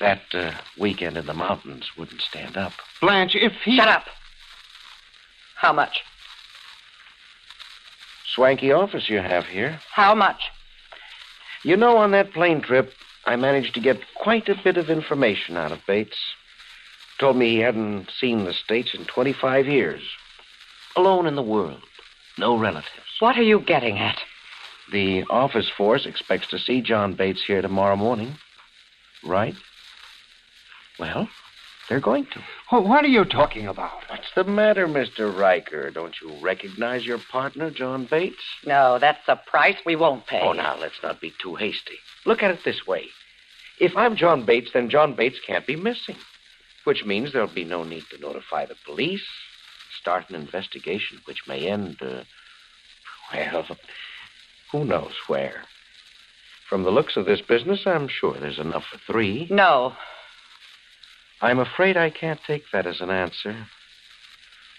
Speaker 16: That uh, weekend in the mountains wouldn't stand up.
Speaker 14: Blanche, if he.
Speaker 15: Shut up. How much?
Speaker 16: Swanky office you have here.
Speaker 15: How much?
Speaker 16: You know, on that plane trip, I managed to get quite a bit of information out of Bates. Told me he hadn't seen the States in 25 years. Alone in the world. No relatives.
Speaker 15: What are you getting at?
Speaker 16: The office force expects to see John Bates here tomorrow morning, right? Well, they're going to.
Speaker 14: what are you talking about?
Speaker 16: What's the matter, Mr. Riker? Don't you recognize your partner, John Bates?
Speaker 15: No, that's a price we won't pay.
Speaker 16: Oh, now, let's not be too hasty. Look at it this way. If I'm John Bates, then John Bates can't be missing, which means there'll be no need to notify the police, start an investigation which may end, uh, well, who knows where. From the looks of this business, I'm sure there's enough for three.
Speaker 15: No.
Speaker 16: I'm afraid I can't take that as an answer.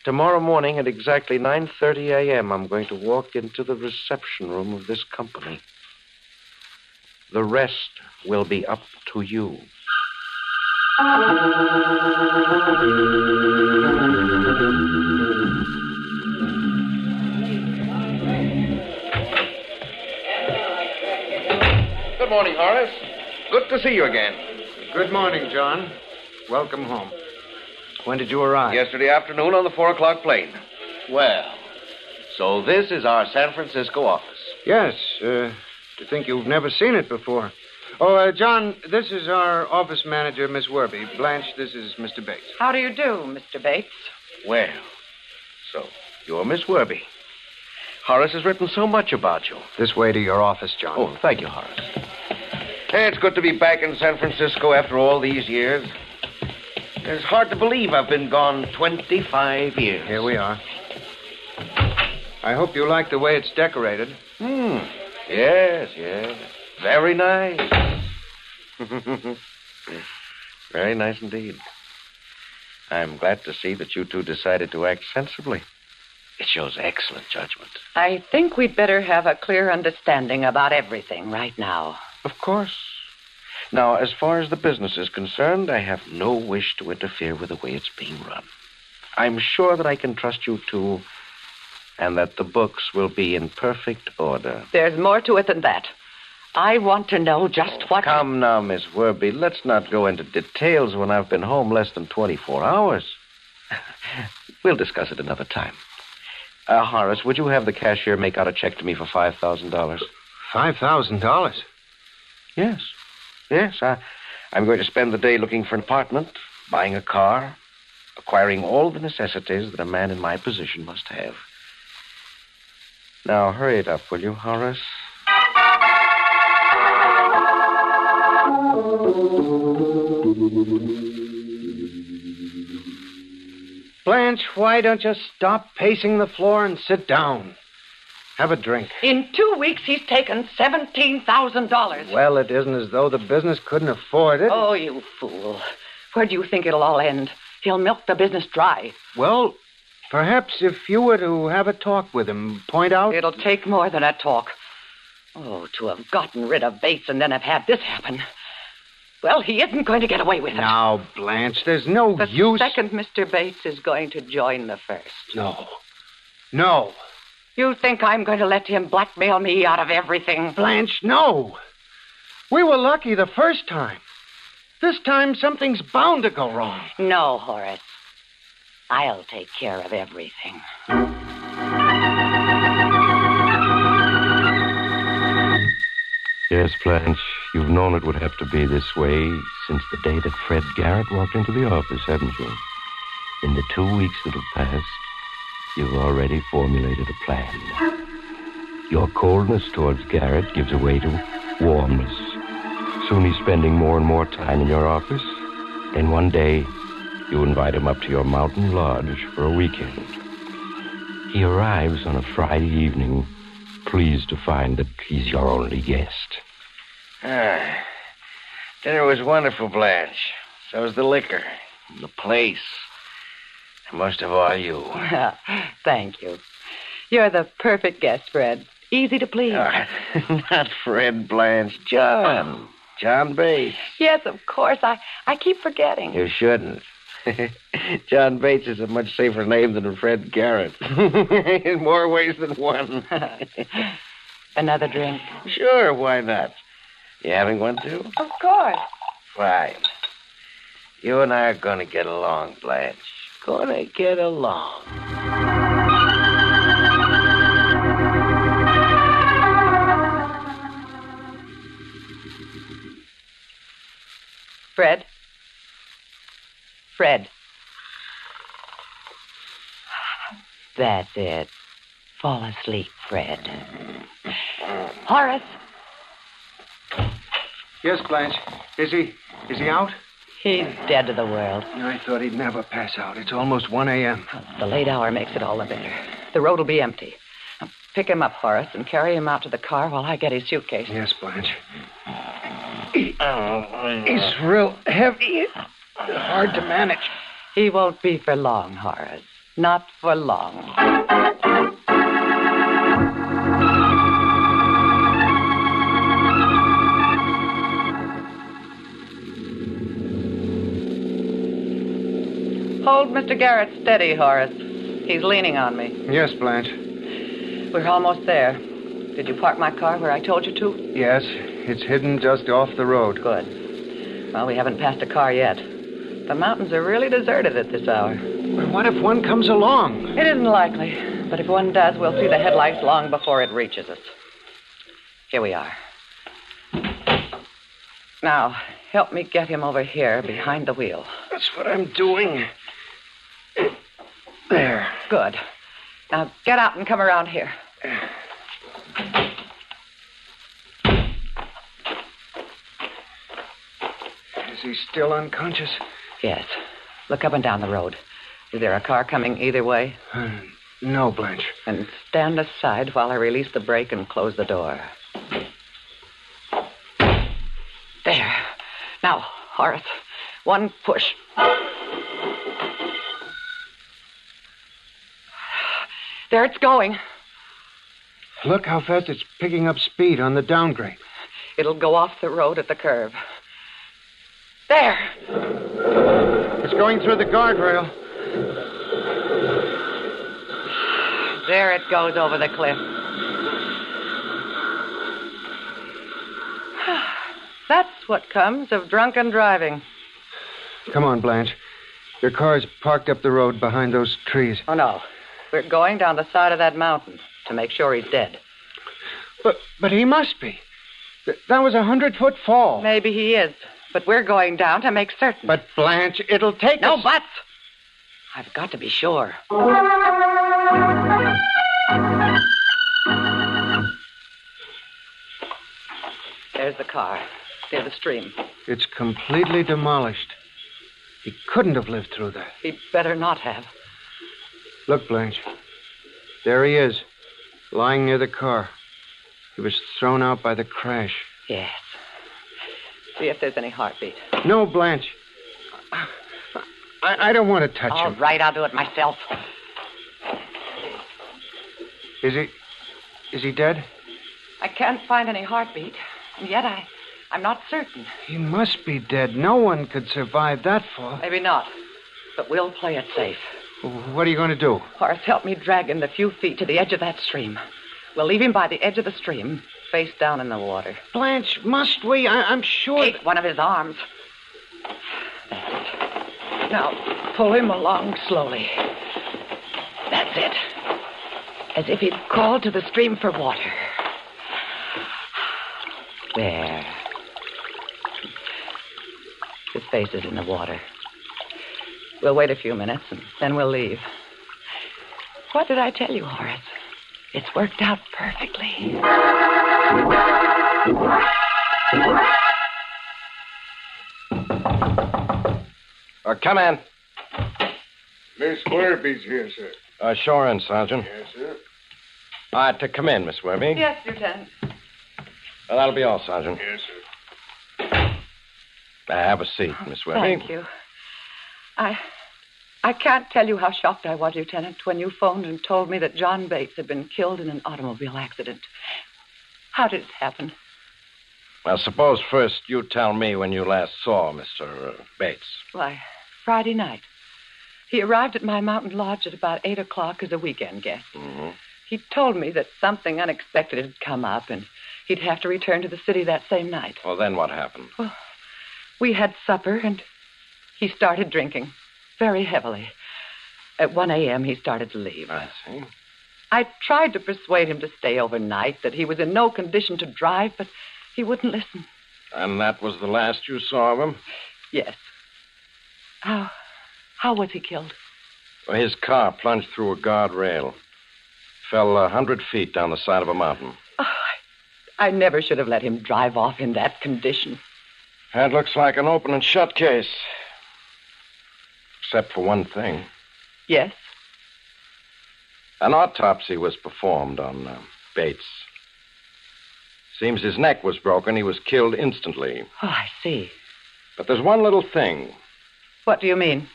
Speaker 16: Tomorrow morning at exactly 9:30 a.m., I'm going to walk into the reception room of this company. The rest will be up to you.
Speaker 17: Good morning, Horace. Good to see you again.
Speaker 14: Good morning, John. Welcome home.
Speaker 17: When did you arrive? Yesterday afternoon on the four o'clock plane. Well, so this is our San Francisco office.
Speaker 14: Yes, uh, to think you've never seen it before. Oh, uh, John, this is our office manager, Miss Werby. Blanche, this is Mr. Bates.
Speaker 15: How do you do, Mr. Bates?
Speaker 16: Well, so you're Miss Werby. Horace has written so much about you.
Speaker 14: This way to your office, John.
Speaker 16: Oh, thank you, Horace.
Speaker 17: Hey, it's good to be back in San Francisco after all these years. It's hard to believe I've been gone 25 years.
Speaker 14: Here we are. I hope you like the way it's decorated.
Speaker 17: Hmm. Yes, yes. Very nice.
Speaker 14: [LAUGHS]
Speaker 16: Very nice indeed. I'm glad to see that you two decided to act sensibly. It shows excellent judgment.
Speaker 15: I think we'd better have a clear understanding about everything right now.
Speaker 16: Of course. Now, as far as the business is concerned, I have no wish to interfere with the way it's being run. I'm sure that I can trust you two, and that the books will be in perfect order.
Speaker 15: There's more to it than that. I want to know just what.
Speaker 16: Come now, Miss Werby, let's not go into details when I've been home less than 24 hours. [LAUGHS] we'll discuss it another time. Uh, Horace, would you have the cashier make out a check to me for $5,000?
Speaker 14: $5,000?
Speaker 16: Yes. Yes, I, I'm going to spend the day looking for an apartment, buying a car, acquiring all the necessities that a man in my position must have. Now, hurry it up, will you, Horace?
Speaker 14: Blanche, why don't you stop pacing the floor and sit down? Have a drink.
Speaker 15: In two weeks, he's taken $17,000.
Speaker 14: Well, it isn't as though the business couldn't afford it.
Speaker 15: Oh, you fool. Where do you think it'll all end? He'll milk the business dry.
Speaker 14: Well, perhaps if you were to have a talk with him, point out.
Speaker 15: It'll take more than a talk. Oh, to have gotten rid of Bates and then have had this happen. Well, he isn't going to get away with it.
Speaker 14: Now, Blanche, there's no
Speaker 15: the
Speaker 14: use.
Speaker 15: second Mr. Bates is going to join the first.
Speaker 14: No. No.
Speaker 15: You think I'm going to let him blackmail me out of everything?
Speaker 14: Blanche, no. We were lucky the first time. This time, something's bound to go wrong.
Speaker 15: No, Horace. I'll take care of everything. [LAUGHS]
Speaker 13: Yes, Blanche, you've known it would have to be this way since the day that Fred Garrett walked into the office, haven't you? In the two weeks that have passed, You've already formulated a plan. Your coldness towards Garrett gives way to warmness. Soon he's spending more and more time in your office. Then one day, you invite him up to your mountain lodge for a weekend. He arrives on a Friday evening, pleased to find that he's your only guest.
Speaker 17: Ah, dinner was wonderful, Blanche. So was the liquor, and the place. Most of all,
Speaker 16: [LAUGHS]
Speaker 17: you.
Speaker 15: Thank you. You're the perfect guest, Fred. Easy to please.
Speaker 17: Ah, [LAUGHS] not Fred Blanche, John. John Bates.
Speaker 15: Yes, of course. I, I keep forgetting.
Speaker 14: [LAUGHS]
Speaker 17: You shouldn't. [LAUGHS] John Bates is a much safer name than Fred Garrett. In more ways than one.
Speaker 15: Another drink?
Speaker 17: Sure, why not? You having one, too?
Speaker 15: [LAUGHS] Of course.
Speaker 17: Fine. You and I are going to get along, Blanche gonna get along.
Speaker 15: Fred? Fred. That's it. Fall asleep, Fred. Horace,
Speaker 14: Yes, Blanche. Is he? Is he out?
Speaker 15: he's dead to the world.
Speaker 14: I thought he'd never pass out. It's almost 1 a.m.
Speaker 15: The late hour makes it all the better. The road will be empty. Now, Pick him up, Horace, and carry him out to the car while I get his suitcase.
Speaker 14: Yes, Blanche.
Speaker 17: He's
Speaker 15: real heavy. Hard to manage. He won't be for long, Horace. Not for long. Hold Mr. Garrett steady, Horace. He's leaning on me.
Speaker 14: Yes, Blanche.
Speaker 15: We're almost there. Did you park my car where I told you to?
Speaker 14: Yes, it's hidden just off the road.
Speaker 15: Good. Well, we haven't passed a car yet. The mountains are really deserted at this hour.
Speaker 14: What if one comes along?
Speaker 15: It isn't likely, but if one does, we'll see the headlights long before it reaches us. Here we are. Now, help me get him over here behind the wheel.
Speaker 17: That's what I'm doing.
Speaker 15: There. Good. Now, get out and come around here.
Speaker 14: Is he still unconscious?
Speaker 15: Yes. Look up and down the road. Is there a car coming either way?
Speaker 14: Uh, no, Blanche.
Speaker 15: And stand aside while I release the brake and close the door. There. Now, Horace, one push. There it's going.
Speaker 14: Look how fast it's picking up speed on the downgrade.
Speaker 15: It'll go off the road at the curve. There.
Speaker 14: It's going through the guardrail.
Speaker 15: There it goes over the cliff. That's what comes of drunken driving.
Speaker 14: Come on, Blanche. Your car's parked up the road behind those trees.
Speaker 15: Oh, no. We're going down the side of that mountain to make sure he's dead.
Speaker 14: But but he must be. Th- that was a hundred foot fall.
Speaker 15: Maybe he is, but we're going down to make certain.
Speaker 14: But Blanche, it'll take
Speaker 15: no
Speaker 14: us.
Speaker 15: buts. I've got to be sure. There's the car near the stream.
Speaker 14: It's completely demolished. He couldn't have lived through that.
Speaker 15: He'd better not have.
Speaker 14: Look, Blanche. There he is, lying near the car. He was thrown out by the crash.
Speaker 15: Yes. See if there's any heartbeat.
Speaker 14: No, Blanche. I, I don't want to touch
Speaker 15: All
Speaker 14: him.
Speaker 15: right, I'll do it myself.
Speaker 14: Is he? Is he dead?
Speaker 15: I can't find any heartbeat, and yet I, I'm not certain.
Speaker 14: He must be dead. No one could survive that fall.
Speaker 15: Maybe not, but we'll play it safe.
Speaker 14: What are you going to do?
Speaker 15: Horace, help me drag him the few feet to the edge of that stream. We'll leave him by the edge of the stream, face down in the water.
Speaker 14: Blanche, must we? I, I'm sure.
Speaker 15: Take one of his arms. Now, pull him along slowly. That's it. As if he'd called to the stream for water. There. His face is in the water. We'll wait a few minutes and then we'll leave. What did I tell you, Horace? It's worked out [SIGHS] perfectly.
Speaker 13: Uh, come in.
Speaker 18: Miss Werby's here, sir.
Speaker 13: Uh, sure in, Sergeant.
Speaker 18: Yes, sir.
Speaker 13: All right, to come in, Miss Werby.
Speaker 15: Yes, Lieutenant.
Speaker 13: Well, that'll be all, Sergeant.
Speaker 18: Yes, sir.
Speaker 13: Uh, have a seat, Miss Werby.
Speaker 15: Oh, Thank you. I I can't tell you how shocked I was, Lieutenant, when you phoned and told me that John Bates had been killed in an automobile accident. How did it happen?
Speaker 13: Well, suppose first you tell me when you last saw Mr. uh, Bates.
Speaker 15: Why, Friday night. He arrived at my mountain lodge at about eight o'clock as a weekend guest.
Speaker 13: Mm-hmm.
Speaker 15: He told me that something unexpected had come up and he'd have to return to the city that same night.
Speaker 13: Well, then what happened?
Speaker 15: We had supper and he started drinking very heavily. At 1 a.m., he started to leave.
Speaker 13: I see.
Speaker 15: I tried to persuade him to stay overnight, that he was in no condition to drive, but he wouldn't listen.
Speaker 13: And that was the last you saw of him?
Speaker 15: Yes. How, how was he killed?
Speaker 13: Well, His car plunged through a guardrail. Fell a hundred feet down the side of a mountain.
Speaker 15: I never should have let him drive off in that condition.
Speaker 13: That looks like an open and shut case. Except for one thing.
Speaker 15: Yes?
Speaker 13: An autopsy was performed on uh, Bates. Seems his neck was broken. He was killed instantly.
Speaker 15: Oh, I see.
Speaker 13: But there's one little thing.
Speaker 15: What do you mean?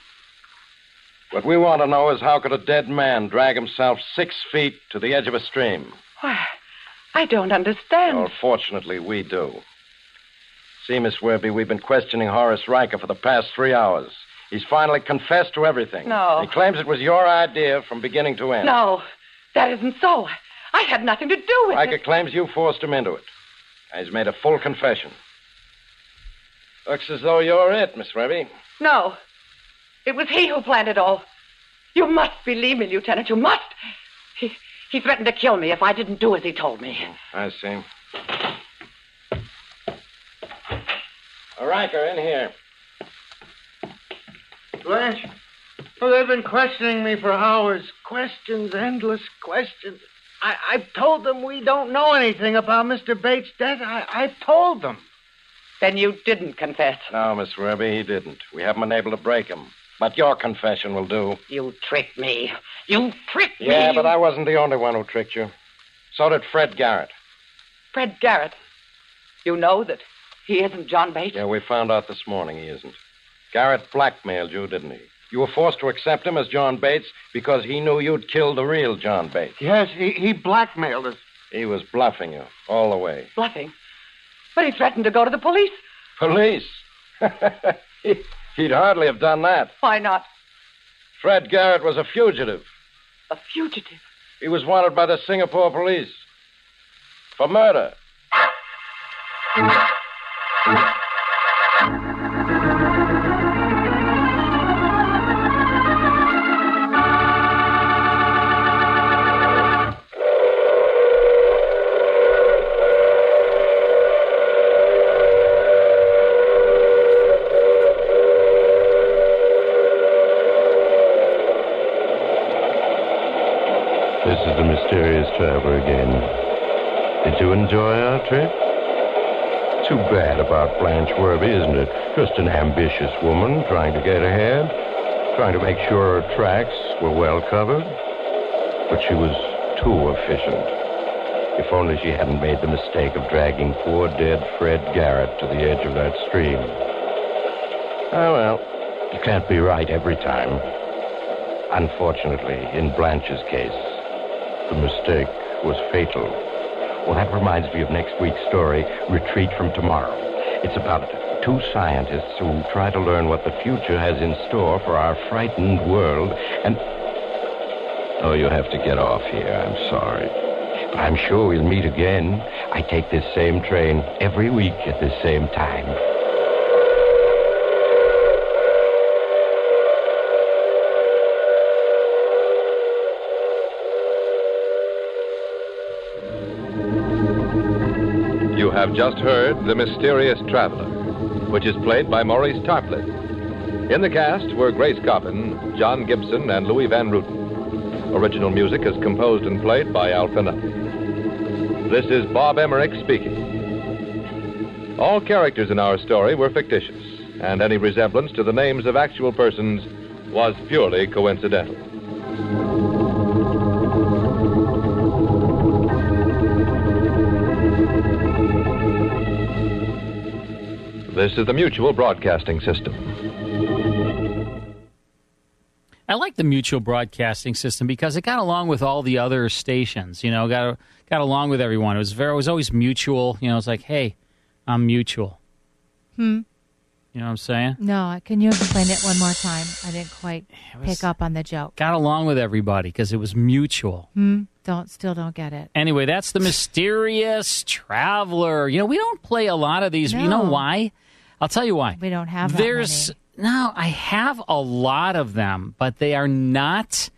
Speaker 13: What we want to know is how could a dead man drag himself six feet to the edge of a stream?
Speaker 15: Why, I don't understand.
Speaker 13: Well, fortunately, we do. See, Miss Werby, we've been questioning Horace Riker for the past three hours. He's finally confessed to everything.
Speaker 15: No.
Speaker 13: He claims it was your idea from beginning to end.
Speaker 15: No, that isn't so. I had nothing to do with
Speaker 13: Riker
Speaker 15: it.
Speaker 13: claims you forced him into it. He's made a full confession. Looks as though you're it, Miss Werby.
Speaker 15: No. It was he who planned it all. You must believe me, Lieutenant. You must. He, he threatened to kill me if I didn't do as he told me.
Speaker 13: I see. Riker, in here.
Speaker 17: Blanche? Oh, they've been questioning me for hours. Questions, endless questions. I, I've told them we don't know anything about Mr. Bates' death. I, I've told them.
Speaker 15: Then you didn't confess.
Speaker 13: No, Miss Werby, he didn't. We haven't been able to break him. But your confession will do.
Speaker 15: You tricked me. You tricked me.
Speaker 13: Yeah, but
Speaker 15: you-
Speaker 13: I wasn't the only one who tricked you. So did Fred Garrett.
Speaker 15: Fred Garrett. You know that he isn't John Bates?
Speaker 13: Yeah, we found out this morning he isn't. Garrett blackmailed you, didn't he? You were forced to accept him as John Bates because he knew you'd killed the real John Bates.
Speaker 17: Yes, he, he blackmailed us.
Speaker 13: He was bluffing you all the way.
Speaker 15: Bluffing. But he threatened to go to the
Speaker 13: [LAUGHS]
Speaker 15: police.
Speaker 13: Police? He- He'd hardly have done that.
Speaker 15: Why not?
Speaker 13: Fred Garrett was a fugitive.
Speaker 15: A fugitive.
Speaker 13: He was wanted by the Singapore police for murder. This is the mysterious traveler again. Did you enjoy our trip? Too bad about Blanche Werby, isn't it? Just an ambitious woman trying to get ahead, trying to make sure her tracks were well covered. But she was too efficient. If only she hadn't made the mistake of dragging poor dead Fred Garrett to the edge of that stream. Oh, well, you can't be right every time. Unfortunately, in Blanche's case, the mistake was fatal. Well, that reminds me of next week's story, Retreat from Tomorrow. It's about two scientists who try to learn what the future has in store for our frightened world and. Oh, you have to get off here. I'm sorry. But I'm sure we'll meet again. I take this same train every week at this same time.
Speaker 12: You have just heard The Mysterious Traveler, which is played by Maurice Tarplett. In the cast were Grace Coppin, John Gibson, and Louis Van Ruten. Original music is composed and played by Al Finney. This is Bob Emmerich speaking. All characters in our story were fictitious, and any resemblance to the names of actual persons was purely coincidental. This is the Mutual Broadcasting System.
Speaker 6: I like the mutual broadcasting system because it got along with all the other stations. You know, got got along with everyone. It was very, it was always mutual. You know, it's like, hey, I'm mutual.
Speaker 7: Hmm.
Speaker 6: You know what I'm saying?
Speaker 7: No, can you explain it one more time? I didn't quite pick up on the joke.
Speaker 6: Got along with everybody because it was mutual.
Speaker 7: Hmm. Don't still don't get it.
Speaker 6: Anyway, that's the mysterious traveler. You know, we don't play a lot of these. You know
Speaker 7: No.
Speaker 6: why? I'll tell you why.
Speaker 7: We don't have that
Speaker 6: There's no. I have a lot of them, but they are not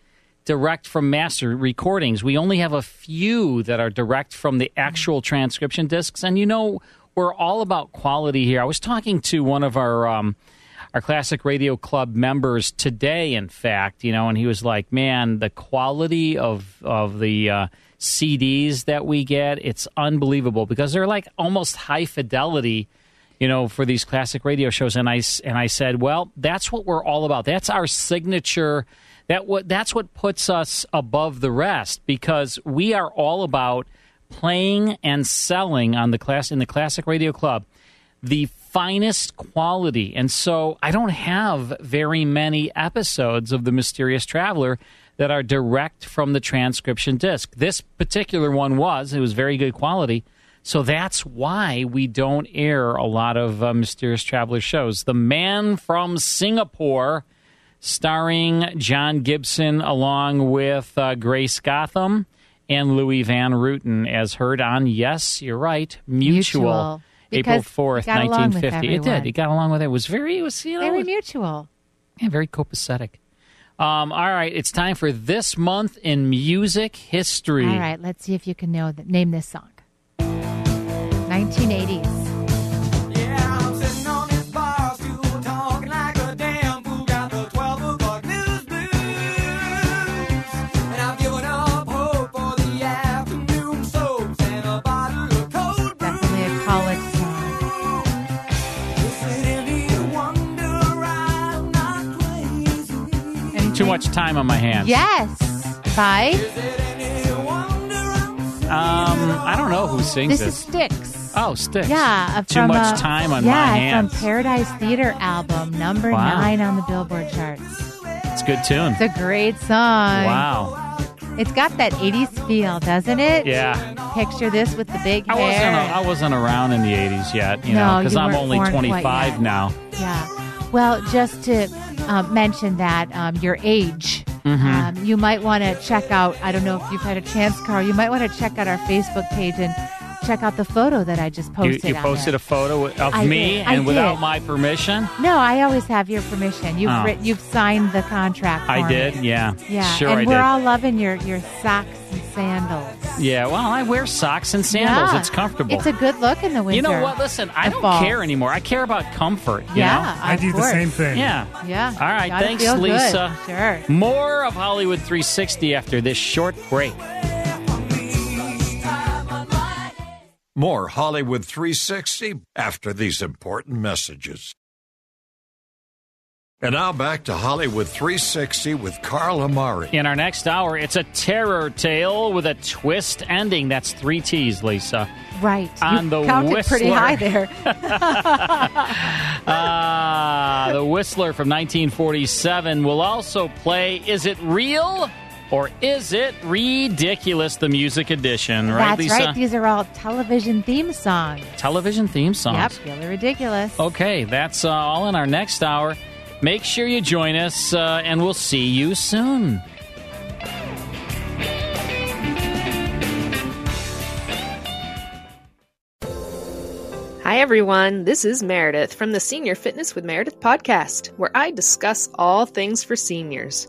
Speaker 6: direct from master recordings. We only have a few that are direct from the actual transcription discs, and you know, we're all about quality here. I was talking to one of our. Um, our Classic Radio Club members today, in fact, you know, and he was like, man, the quality of, of the uh, CDs that we get, it's unbelievable because they're like almost high fidelity you know, for these classic radio shows. And I and I said, well, that's what we're all about. That's our signature. That what that's what puts us above the rest because we are all about playing and selling on the class in the classic radio club the finest quality. And so I don't have very many episodes of the Mysterious Traveler that are direct from the transcription disc. This particular one was it was very good quality. So that's why we don't air a lot of uh, Mysterious Traveler shows. The Man from Singapore, starring John Gibson along with uh, Grace Gotham and Louis Van Ruten, as heard on, yes, you're right, Mutual. April
Speaker 7: Because
Speaker 6: fourth,
Speaker 7: it got along
Speaker 6: nineteen
Speaker 7: with
Speaker 6: fifty. It did.
Speaker 7: everyone.
Speaker 6: It got along with it. It was very. It was you know, it
Speaker 7: Very
Speaker 6: was-
Speaker 7: mutual.
Speaker 6: yeah, very copacetic. Um, all right, it's time for this month in music history.
Speaker 7: All right, let's see if you can know that. Name this song. 1980s. Definitely a college song.
Speaker 6: Too much time on my hands.
Speaker 7: Yes. By
Speaker 6: Um, I don't know who sings
Speaker 7: this
Speaker 6: this.
Speaker 7: is Sticks.
Speaker 6: Oh, Sticks.
Speaker 7: Yeah, uh,
Speaker 6: Too
Speaker 7: from,
Speaker 6: much
Speaker 7: uh,
Speaker 6: time on
Speaker 7: yeah,
Speaker 6: my hands.
Speaker 7: from Paradise Theater album number
Speaker 6: Wow.
Speaker 7: nine on the Billboard charts.
Speaker 6: It's a good tune.
Speaker 7: It's a great song.
Speaker 6: Wow.
Speaker 7: It's got that 80s feel, doesn't it?
Speaker 6: Yeah.
Speaker 7: Picture this with the big
Speaker 6: I wasn't,
Speaker 7: hair.
Speaker 6: I wasn't around in the 80s yet, you
Speaker 7: No,
Speaker 6: know, because
Speaker 7: you
Speaker 6: I'm
Speaker 7: weren't
Speaker 6: only
Speaker 7: born quite
Speaker 6: 25
Speaker 7: yet.
Speaker 6: now.
Speaker 7: Yeah. Well, just to um, mention that um, your age,
Speaker 6: Mhm.
Speaker 7: um, you might want to check out. I don't know if you've had a chance, Carl. You might want to check out our Facebook page and check out the photo that I just
Speaker 6: You,
Speaker 7: posted.
Speaker 6: you
Speaker 7: on
Speaker 6: posted
Speaker 7: there.
Speaker 6: a photo of
Speaker 7: I
Speaker 6: me
Speaker 7: did, I
Speaker 6: and without
Speaker 7: did.
Speaker 6: my permission?
Speaker 7: No, I always have your permission. You've
Speaker 6: Oh.
Speaker 7: writ- you've signed the contract. for
Speaker 6: I
Speaker 7: me.
Speaker 6: did, yeah.
Speaker 7: Yeah,
Speaker 6: Sure,
Speaker 7: and
Speaker 6: I
Speaker 7: we're
Speaker 6: did.
Speaker 7: all loving your your socks and sandals.
Speaker 6: yeah, well, I wear socks and sandals.
Speaker 7: Yeah.
Speaker 6: It's comfortable.
Speaker 7: It's a good look in the winter.
Speaker 6: you know what? Listen, I
Speaker 7: the
Speaker 6: don't
Speaker 7: fall.
Speaker 6: care anymore. I care about comfort. You
Speaker 7: Yeah,
Speaker 6: know?
Speaker 7: I of do the course. same thing.
Speaker 6: Yeah.
Speaker 7: Yeah.
Speaker 6: All right.
Speaker 7: Gotta
Speaker 6: Thanks,
Speaker 7: feel good.
Speaker 6: Lisa.
Speaker 7: Sure.
Speaker 6: More of Hollywood 360 after this short break.
Speaker 11: More Hollywood 360 after these important messages. And now back to Hollywood 360 with Carl Amari.
Speaker 6: In our next hour, it's a terror tale with a twist ending. That's three T's, Lisa.
Speaker 7: Right.
Speaker 6: On
Speaker 7: you
Speaker 6: the
Speaker 7: counted pretty
Speaker 6: Whistler.
Speaker 7: high there. [LAUGHS]
Speaker 6: Ah, the Whistler from 1947 will also play Is It Real or Is It Ridiculous? The music edition, [LAUGHS] right,
Speaker 7: That's
Speaker 6: Lisa?
Speaker 7: right. These are all television theme songs.
Speaker 6: Television theme songs.
Speaker 7: Yep, really ridiculous.
Speaker 6: Okay, that's uh, all in our next hour. Make sure you join us, uh, and we'll see you soon.
Speaker 19: Hi, everyone. This is Meredith from the Senior Fitness with Meredith podcast, where I discuss all things for seniors